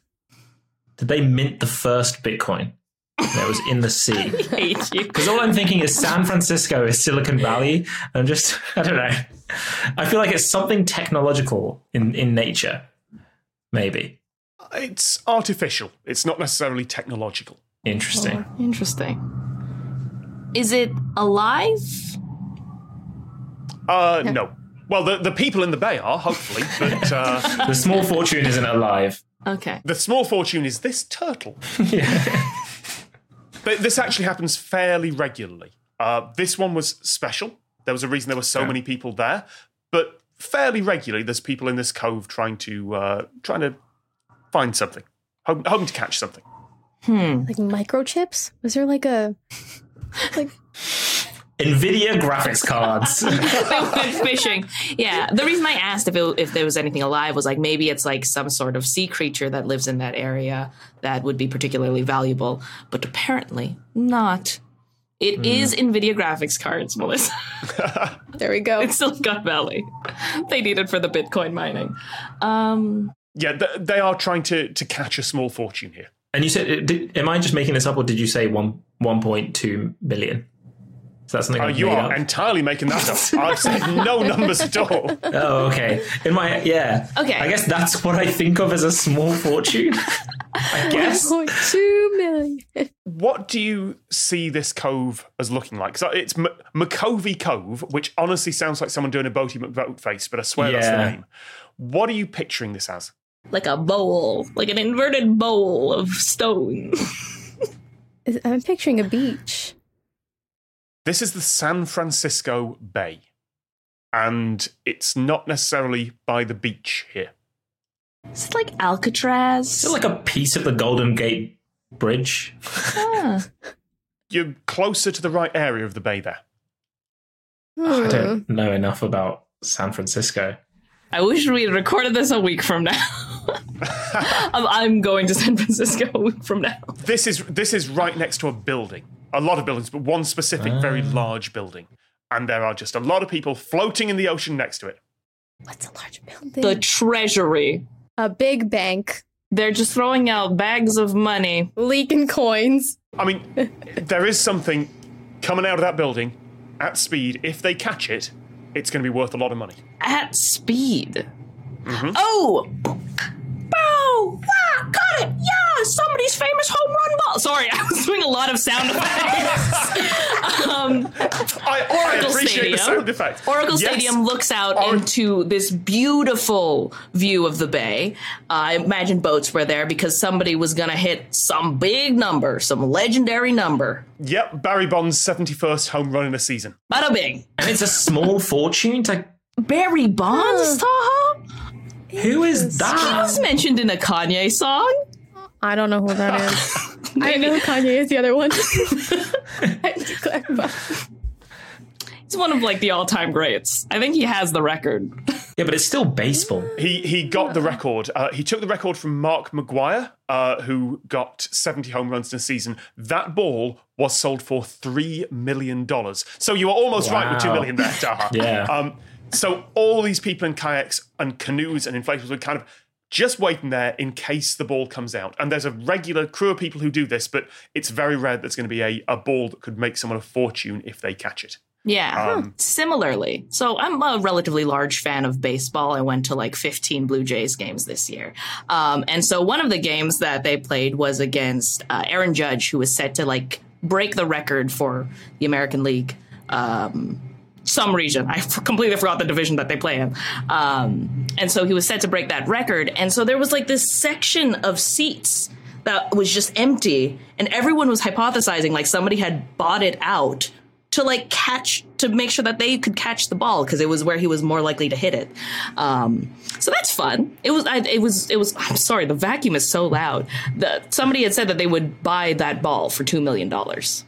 [SPEAKER 3] Did they mint the first Bitcoin that was in the sea?
[SPEAKER 2] hate you.
[SPEAKER 3] Because all I'm thinking is San Francisco is Silicon Valley. I'm just, I don't know. I feel like it's something technological in, in nature, maybe.
[SPEAKER 1] It's artificial. It's not necessarily technological.
[SPEAKER 3] Interesting.
[SPEAKER 2] Oh. Interesting. Is it alive?
[SPEAKER 1] Uh, no. Well, the, the people in the bay are hopefully, but uh,
[SPEAKER 3] The small fortune isn't alive.
[SPEAKER 2] Okay.
[SPEAKER 1] the small fortune is this turtle.
[SPEAKER 3] yeah.
[SPEAKER 1] But this actually happens fairly regularly. Uh, this one was special. There was a reason there were so many people there, but fairly regularly, there's people in this cove trying to uh, trying to find something, hoping, hoping to catch something.
[SPEAKER 4] Like microchips? Was there like a like
[SPEAKER 3] NVIDIA graphics cards.
[SPEAKER 2] fishing. Yeah. The reason I asked if it, if there was anything alive was like maybe it's like some sort of sea creature that lives in that area that would be particularly valuable, but apparently not. It is Nvidia graphics cards, Melissa.
[SPEAKER 4] there we go.
[SPEAKER 2] Silicon Valley. They need it for the Bitcoin mining. Um,
[SPEAKER 1] Yeah, th- they are trying to to catch a small fortune here.
[SPEAKER 3] and you said, uh, did, am I just making this up or did you say one, 1.2 million? So that's something
[SPEAKER 1] Uh,
[SPEAKER 3] I've
[SPEAKER 1] you
[SPEAKER 3] made
[SPEAKER 1] are
[SPEAKER 3] up.
[SPEAKER 1] entirely making that up. I've said no numbers at all.
[SPEAKER 3] oh, okay. In my, yeah.
[SPEAKER 2] Okay.
[SPEAKER 3] I guess that's what I think of as a small fortune. I guess.
[SPEAKER 4] 1.2 million.
[SPEAKER 1] What do you see this cove as looking like? So it's M- McCovey Cove, which honestly sounds like someone doing a Boaty McBoat face, but I swear that's the
[SPEAKER 3] Yeah.
[SPEAKER 1] name. What are you picturing this as?
[SPEAKER 2] like a bowl, like an inverted bowl of stone.
[SPEAKER 4] Is- I'm picturing a beach.
[SPEAKER 1] This is the San Francisco Bay, and it's not necessarily by the beach here.
[SPEAKER 2] Is it like Alcatraz?
[SPEAKER 3] Is it like a piece of the Golden Gate Bridge?
[SPEAKER 2] Ah.
[SPEAKER 1] You're closer to the right area of the bay there.
[SPEAKER 3] I
[SPEAKER 4] Hmm.
[SPEAKER 3] don't know enough about San Francisco.
[SPEAKER 2] I wish we had recorded this a week from now. I'm, I'm going to San Francisco a week from now.
[SPEAKER 1] This is this is right next to a building. A lot of buildings, but one specific very large building. And there are just a lot of people floating in the ocean next to it.
[SPEAKER 4] What's a large
[SPEAKER 2] The
[SPEAKER 4] building?
[SPEAKER 2] Treasury.
[SPEAKER 4] a big bank
[SPEAKER 2] They're just throwing out bags of money.
[SPEAKER 4] leaking coins.
[SPEAKER 1] I mean, there is something coming out of that building at speed. If they catch it, it's going to be worth a lot of money.
[SPEAKER 2] at speed. Oh! Bow! Wow! Got it! Yeah! Somebody's famous home run ball! Sorry, I was doing a lot of sound effects. um,
[SPEAKER 1] I, I
[SPEAKER 2] Oracle
[SPEAKER 1] appreciate the
[SPEAKER 2] Stadium.
[SPEAKER 1] sound effect.
[SPEAKER 2] Oracle
[SPEAKER 1] Yes.
[SPEAKER 2] Stadium looks out
[SPEAKER 1] Or-
[SPEAKER 2] into this beautiful view of the bay. Uh, I imagine boats were there because somebody was going to hit some big number, some legendary number.
[SPEAKER 1] Yep, Barry Bond's 71st home run in a season.
[SPEAKER 2] Bada bing!
[SPEAKER 3] And it's a small fortune to.
[SPEAKER 2] Barry Bonds, Taha?
[SPEAKER 3] Who is
[SPEAKER 2] He
[SPEAKER 3] that?
[SPEAKER 2] was mentioned in a Kanye song.
[SPEAKER 4] I don't know who that is. I know who Kanye is the other one. I had to clarify.
[SPEAKER 2] He's one of like the all-time greats. I think he has the record.
[SPEAKER 3] Yeah, but it's still baseball.
[SPEAKER 1] He he got the record. Uh, he took the record from Mark McGuire, uh, who got 70 home runs in a season. That ball was sold for three million dollars. So you are almost right with two
[SPEAKER 3] Wow.
[SPEAKER 1] million there, Taha.
[SPEAKER 3] Yeah.
[SPEAKER 1] Um, so all these people in kayaks and canoes and inflatables were kind of just waiting there in case the ball comes out. And there's a regular crew of people who do this, but it's very rare that there's going to be a, a ball that could make someone a fortune if they catch it.
[SPEAKER 2] Yeah. Hmm.
[SPEAKER 1] Um,
[SPEAKER 2] Similarly, so I'm a relatively large fan of baseball. I went to like 15 Blue Jays games this year. Um, and so one of the games that they played was against uh, Aaron Judge, who was set to like break the record for the American League. Um, some region. I completely forgot the division that they play in. Um, and so he was set to break that record. And so there was like this section of seats that was just empty. And everyone was hypothesizing like somebody had bought it out to like catch, to make sure that they could catch the ball because it was where he was more likely to hit it. Um, so that's fun. It was, I, it was, it was, I'm sorry, the vacuum is so loud. The, somebody had said that they would buy that ball for $2 million. And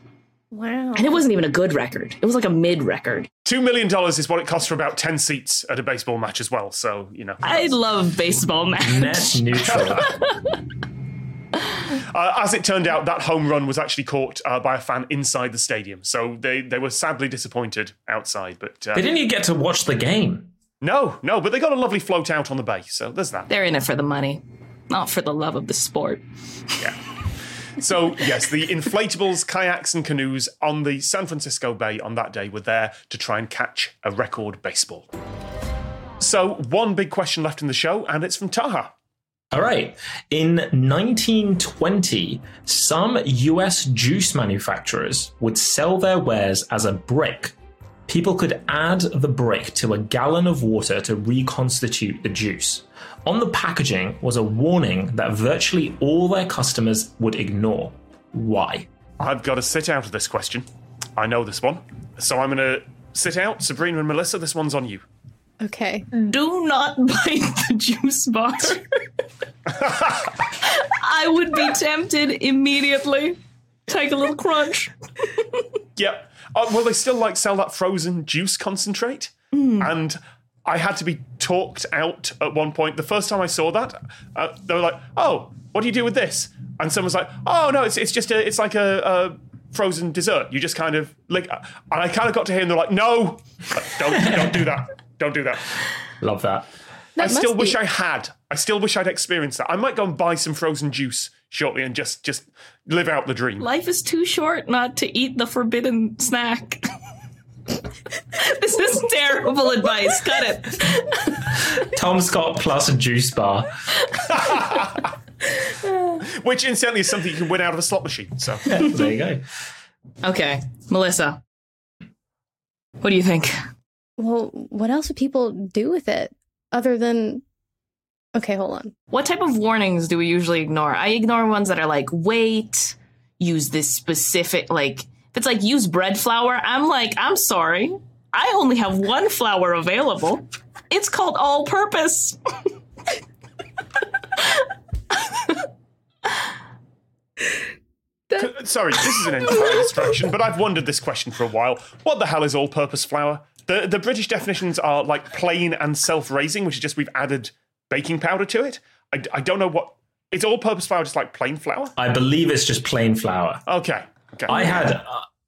[SPEAKER 4] Wow.
[SPEAKER 2] it wasn't even a good record, it was like a mid record.
[SPEAKER 1] Two million dollars is what it costs for about ten seats at a baseball match as well. So you know,
[SPEAKER 2] I love baseball match.
[SPEAKER 3] Net neutral.
[SPEAKER 1] uh, as it turned out, that home run was actually caught uh, by a fan inside the stadium. So they they were sadly disappointed outside. But uh,
[SPEAKER 3] they didn't even get to watch the game.
[SPEAKER 1] no, no, but they got a lovely float out on the bay. So there's that.
[SPEAKER 2] They're in it for the money, not for the love of the sport.
[SPEAKER 1] So yes, the inflatables, kayaks, and canoes on the San Francisco Bay on that day were there to try and catch a record baseball. So one big question left in the show, and it's from Taha.
[SPEAKER 3] All right. In 1920, some US juice manufacturers would sell their wares as a brick. People could add the brick to a gallon of water to reconstitute the juice. On the packaging was a warning that virtually all their customers would ignore. Why?
[SPEAKER 1] I've got to sit out of this question. I know this one. So I'm going to sit out. Sabrina and Melissa, this one's on you.
[SPEAKER 4] Okay.
[SPEAKER 2] Do not buy the juice bar. I would be tempted immediately. Take a little crunch.
[SPEAKER 1] Yep. Uh, well, they still like sell that frozen juice concentrate.
[SPEAKER 4] Hmm.
[SPEAKER 1] And I had to be talked out at one point. The first time I saw that, uh, they were like, oh, what do you do with this? And someone's like, oh, no, it's, it's just a, it's like a, a frozen dessert. You just kind of like, and I kind of got to here and they're like, no, don't, don't do that. Don't do that.
[SPEAKER 3] Love that.
[SPEAKER 1] I
[SPEAKER 4] That
[SPEAKER 1] still
[SPEAKER 4] must
[SPEAKER 1] wish
[SPEAKER 4] be-
[SPEAKER 1] I had. I still wish I'd experienced that. I might go and buy some frozen juice shortly and just just live out the dream.
[SPEAKER 2] Life is too short not to eat the forbidden snack. this is terrible advice. Cut it.
[SPEAKER 3] Tom Scott plus a juice bar.
[SPEAKER 1] Which incidentally is something you can win out of a slot machine. So
[SPEAKER 3] There you go.
[SPEAKER 2] Okay, Melissa. What do you think?
[SPEAKER 4] Well, what else would people do with it other than? Okay, hold on.
[SPEAKER 2] What type of warnings do we usually ignore? I ignore ones that are like, wait, use this specific, like, If it's like use bread flour, I'm like, I'm sorry. I only have one flour available. It's called all purpose.
[SPEAKER 1] C- Sorry, this is an entire distraction, but I've wondered this question for a while. What the hell is all purpose flour? The, the British definitions are like plain and self raising, which is just we've added baking powder to it. I, I don't know what. It's all purpose flour, just like plain flour?
[SPEAKER 3] I believe it's just plain flour.
[SPEAKER 1] Okay. Okay.
[SPEAKER 3] I had uh,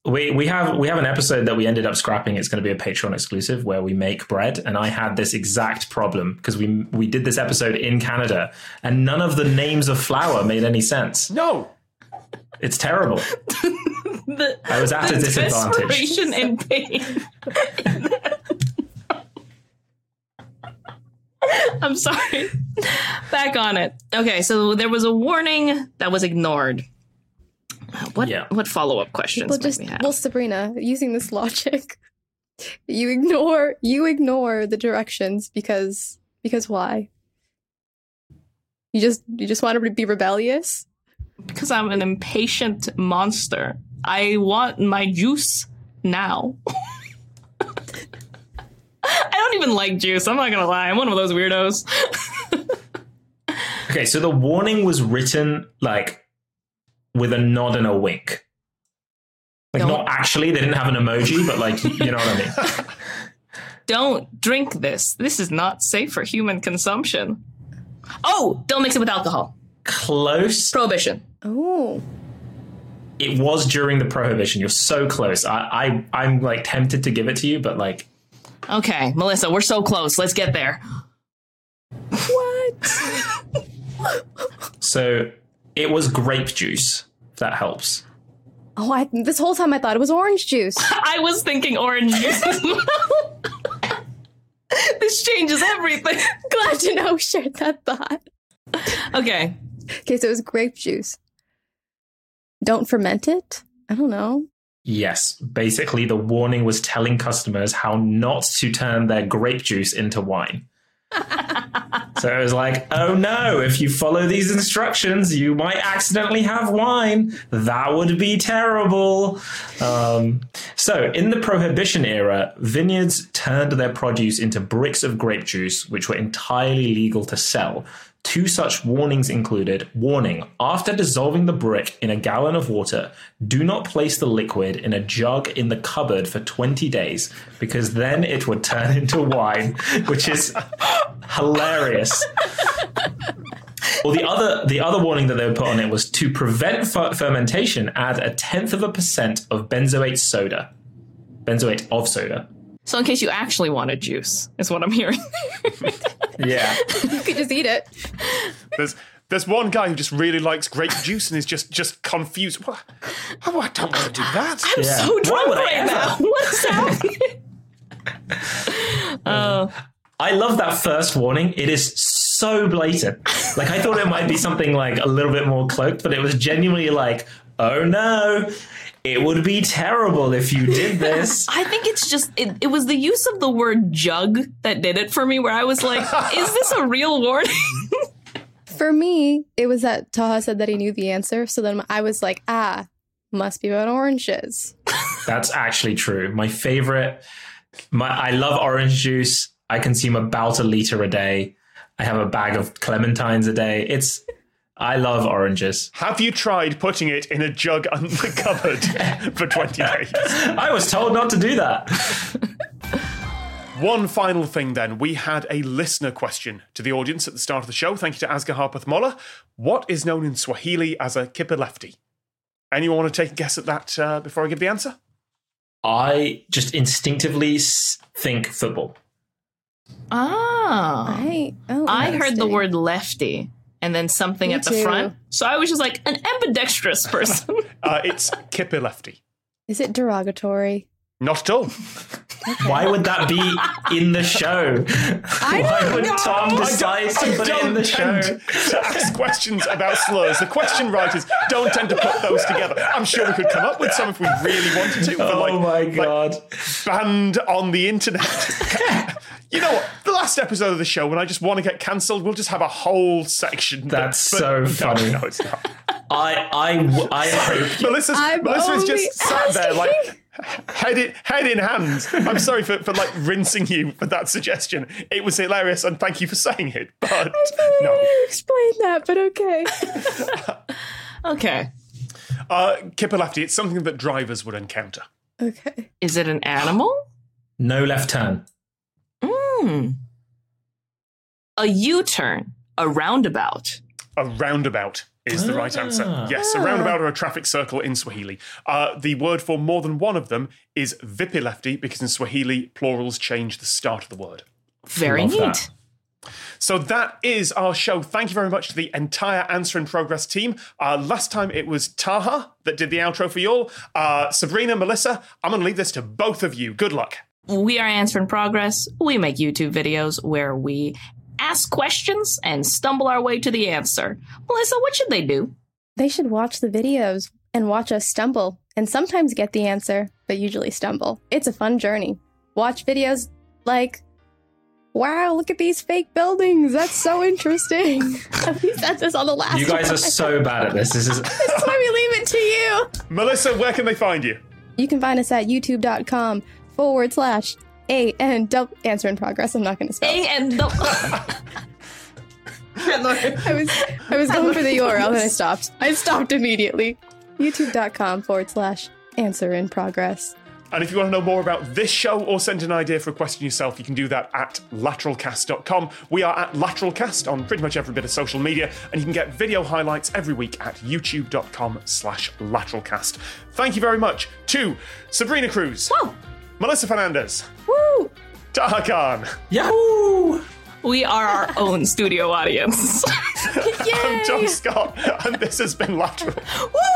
[SPEAKER 3] we we have we have an episode that we ended up scrapping. It's going to be a Patreon exclusive where we make bread, and I had this exact problem because we we did this episode in Canada, and none of the names of flour made any sense.
[SPEAKER 1] no.
[SPEAKER 3] It's terrible.
[SPEAKER 2] The,
[SPEAKER 3] I was at a
[SPEAKER 2] the
[SPEAKER 3] disadvantage.
[SPEAKER 2] Desperation and pain. I'm sorry. Back on it. Okay, so there was a warning that was ignored. What
[SPEAKER 3] Yeah.
[SPEAKER 2] what follow up questions
[SPEAKER 4] Well,
[SPEAKER 2] might
[SPEAKER 4] just
[SPEAKER 2] we have?
[SPEAKER 4] well, Sabrina, using this logic, you ignore you ignore the directions because because why? You just you just want to be rebellious.
[SPEAKER 2] because I'm an impatient monster. I want my juice now. I don't even like juice. I'm not gonna lie. I'm one of those weirdos.
[SPEAKER 3] Okay, so the warning was written like with a nod and a wink. Like
[SPEAKER 2] Don't-
[SPEAKER 3] not actually, they didn't have an emoji, but like you know what I mean.
[SPEAKER 2] Don't drink this. This is not safe for human consumption. Oh, don't mix it with alcohol.
[SPEAKER 3] Close.
[SPEAKER 2] Prohibition.
[SPEAKER 4] Oh,
[SPEAKER 3] It was during the prohibition. You're so close. I, I I'm like tempted to give it to you, but like
[SPEAKER 2] Okay, Melissa, we're so close. Let's get there.
[SPEAKER 4] what?
[SPEAKER 3] so it was grape juice. If that helps.
[SPEAKER 4] oh, I, this whole time I thought it was orange juice.
[SPEAKER 2] I was thinking orange juice as well. this changes everything.
[SPEAKER 4] Glad to know shared that thought.
[SPEAKER 2] Okay,
[SPEAKER 4] Okay, so it was grape juice. Don't ferment it. I don't know.
[SPEAKER 3] Yes. Basically, the warning was telling customers how not to turn their grape juice into wine. so it was like, oh no, if you follow these instructions, you might accidentally have wine. That would be terrible. Um, so, in the Prohibition era, vineyards turned their produce into bricks of grape juice, which were entirely legal to sell. Two such warnings included warning, after dissolving the brick in a gallon of water, do not place the liquid in a jug in the cupboard for 20 days, because then it would turn into wine, which is hilarious. Well, the other the other warning that they would put on it was to prevent fer- fermentation, add a tenth of a percent of benzoate soda, benzoate of soda.
[SPEAKER 2] so in case you actually wanted juice, is what I'm hearing.
[SPEAKER 3] Yeah,
[SPEAKER 4] You could just eat it.
[SPEAKER 1] There's there's one guy who just really likes grape juice and is just just confused. What? Oh, I don't want to do that.
[SPEAKER 2] I'm
[SPEAKER 3] Yeah.
[SPEAKER 2] so
[SPEAKER 3] Why
[SPEAKER 2] drunk
[SPEAKER 3] would I
[SPEAKER 2] right
[SPEAKER 3] ever?
[SPEAKER 2] now. What's happening? Oh,
[SPEAKER 3] I love that first warning. It is so blatant. Like I thought it might be something like a little bit more cloaked, but it was genuinely like, oh no, it would be terrible if you did this.
[SPEAKER 2] I think it's just it, it was the use of the word jug that did it for me, where I was like, "Is this a real warning?"
[SPEAKER 4] For me, it was that Taha said that he knew the answer, so then I was like, ah, must be about oranges.
[SPEAKER 3] That's actually true. My favorite, my I love orange juice. I consume about a liter a day. I have a bag of clementines a day. It's I love oranges.
[SPEAKER 1] Have you tried putting it in a jug under the cupboard for 20 days?
[SPEAKER 3] I was told not to do that.
[SPEAKER 1] One final thing then. We had a listener question to the audience at the start of the show. Thank you to Asghar Harpeth Moller. What is known in Swahili as a kipper lefty? Anyone want to take a guess at that uh, before I give the answer?
[SPEAKER 3] I just instinctively s- think football. Um,
[SPEAKER 2] Ah,
[SPEAKER 4] I, oh,
[SPEAKER 2] I heard the
[SPEAKER 4] interesting.
[SPEAKER 2] word lefty and then something
[SPEAKER 4] Me
[SPEAKER 2] at the
[SPEAKER 4] too.
[SPEAKER 2] front, so I was just like an ambidextrous person.
[SPEAKER 1] Uh, it's kipper lefty.
[SPEAKER 4] Is it derogatory?
[SPEAKER 1] Not at all.
[SPEAKER 3] Why would that be in the show? Why would Tom decide to put it in the show?
[SPEAKER 1] tend to ask questions about slurs. The question writers don't tend to put those together. I'm sure we could come up with some if we really wanted to. but, like,
[SPEAKER 3] Oh my
[SPEAKER 1] like,
[SPEAKER 3] god.
[SPEAKER 1] banned on the internet. you know what? The last episode of the show, when I just want to get cancelled, we'll just have a whole section. that-
[SPEAKER 3] That's so
[SPEAKER 1] no,
[SPEAKER 3] funny.
[SPEAKER 1] No, it's not.
[SPEAKER 3] I I w- I hope.
[SPEAKER 1] Melissa's,
[SPEAKER 4] I'm
[SPEAKER 1] Melissa's
[SPEAKER 4] only
[SPEAKER 1] just sat there, like
[SPEAKER 4] asking.
[SPEAKER 1] head in, head in hand. I'm sorry for, for like rinsing you for that suggestion. It was hilarious, and thank you for saying it. But no,
[SPEAKER 4] You explained that, but okay.
[SPEAKER 2] Okay.
[SPEAKER 1] uh, Kipolafti, it's something that drivers would encounter.
[SPEAKER 4] Okay.
[SPEAKER 2] Is it an animal?
[SPEAKER 3] No left turn.
[SPEAKER 2] Mm. A U turn, a roundabout.
[SPEAKER 1] A roundabout is the right answer.
[SPEAKER 3] Ah.
[SPEAKER 1] Yes, a roundabout or a traffic circle in Swahili. Uh, the word for more than one of them is vipilafti, because in Swahili, plurals change the start of the word.
[SPEAKER 2] Very
[SPEAKER 3] Love
[SPEAKER 2] neat.
[SPEAKER 3] that.
[SPEAKER 1] So that is our show. Thank you very much to the entire Answer in Progress team. Uh, last time it was Taha that did the outro for you all. Uh, Sabrina, Melissa, I'm going to leave this to both of you. Good luck.
[SPEAKER 2] We are Answer in Progress. We make YouTube videos where we ask questions and stumble our way to the answer. Melissa, what should they do?
[SPEAKER 4] They should watch the videos and watch us stumble and sometimes get the answer, but usually stumble. It's a fun journey. Watch videos like, wow, look at these fake buildings. That's so interesting. we said this on the last
[SPEAKER 3] You guys
[SPEAKER 4] one.
[SPEAKER 3] are so bad at this. This is
[SPEAKER 4] That's why we leave it to you.
[SPEAKER 1] Melissa, where can they find you?
[SPEAKER 4] You can find us at youtube.com forward slash A and double answer in progress. I'm not going to spell.
[SPEAKER 2] A
[SPEAKER 4] it.
[SPEAKER 2] and the.
[SPEAKER 4] I was I was going for the URL and I stopped. I stopped immediately. YouTube.com forward slash answer in progress.
[SPEAKER 1] And if you want to know more about this show or send an idea for a question yourself, you can do that at lateralcast.com. We are at lateralcast on pretty much every bit of social media, and you can get video highlights every week at youtube.com slash lateralcast. Thank you very much to Sabrina Cruz,
[SPEAKER 2] Whoa!
[SPEAKER 1] Melissa Fernandez,
[SPEAKER 4] Woo!
[SPEAKER 1] Taha Khan,
[SPEAKER 3] Yahoo!
[SPEAKER 2] We are our own studio audience.
[SPEAKER 1] I'm John Scott, and this has been Lateral.
[SPEAKER 2] Woo!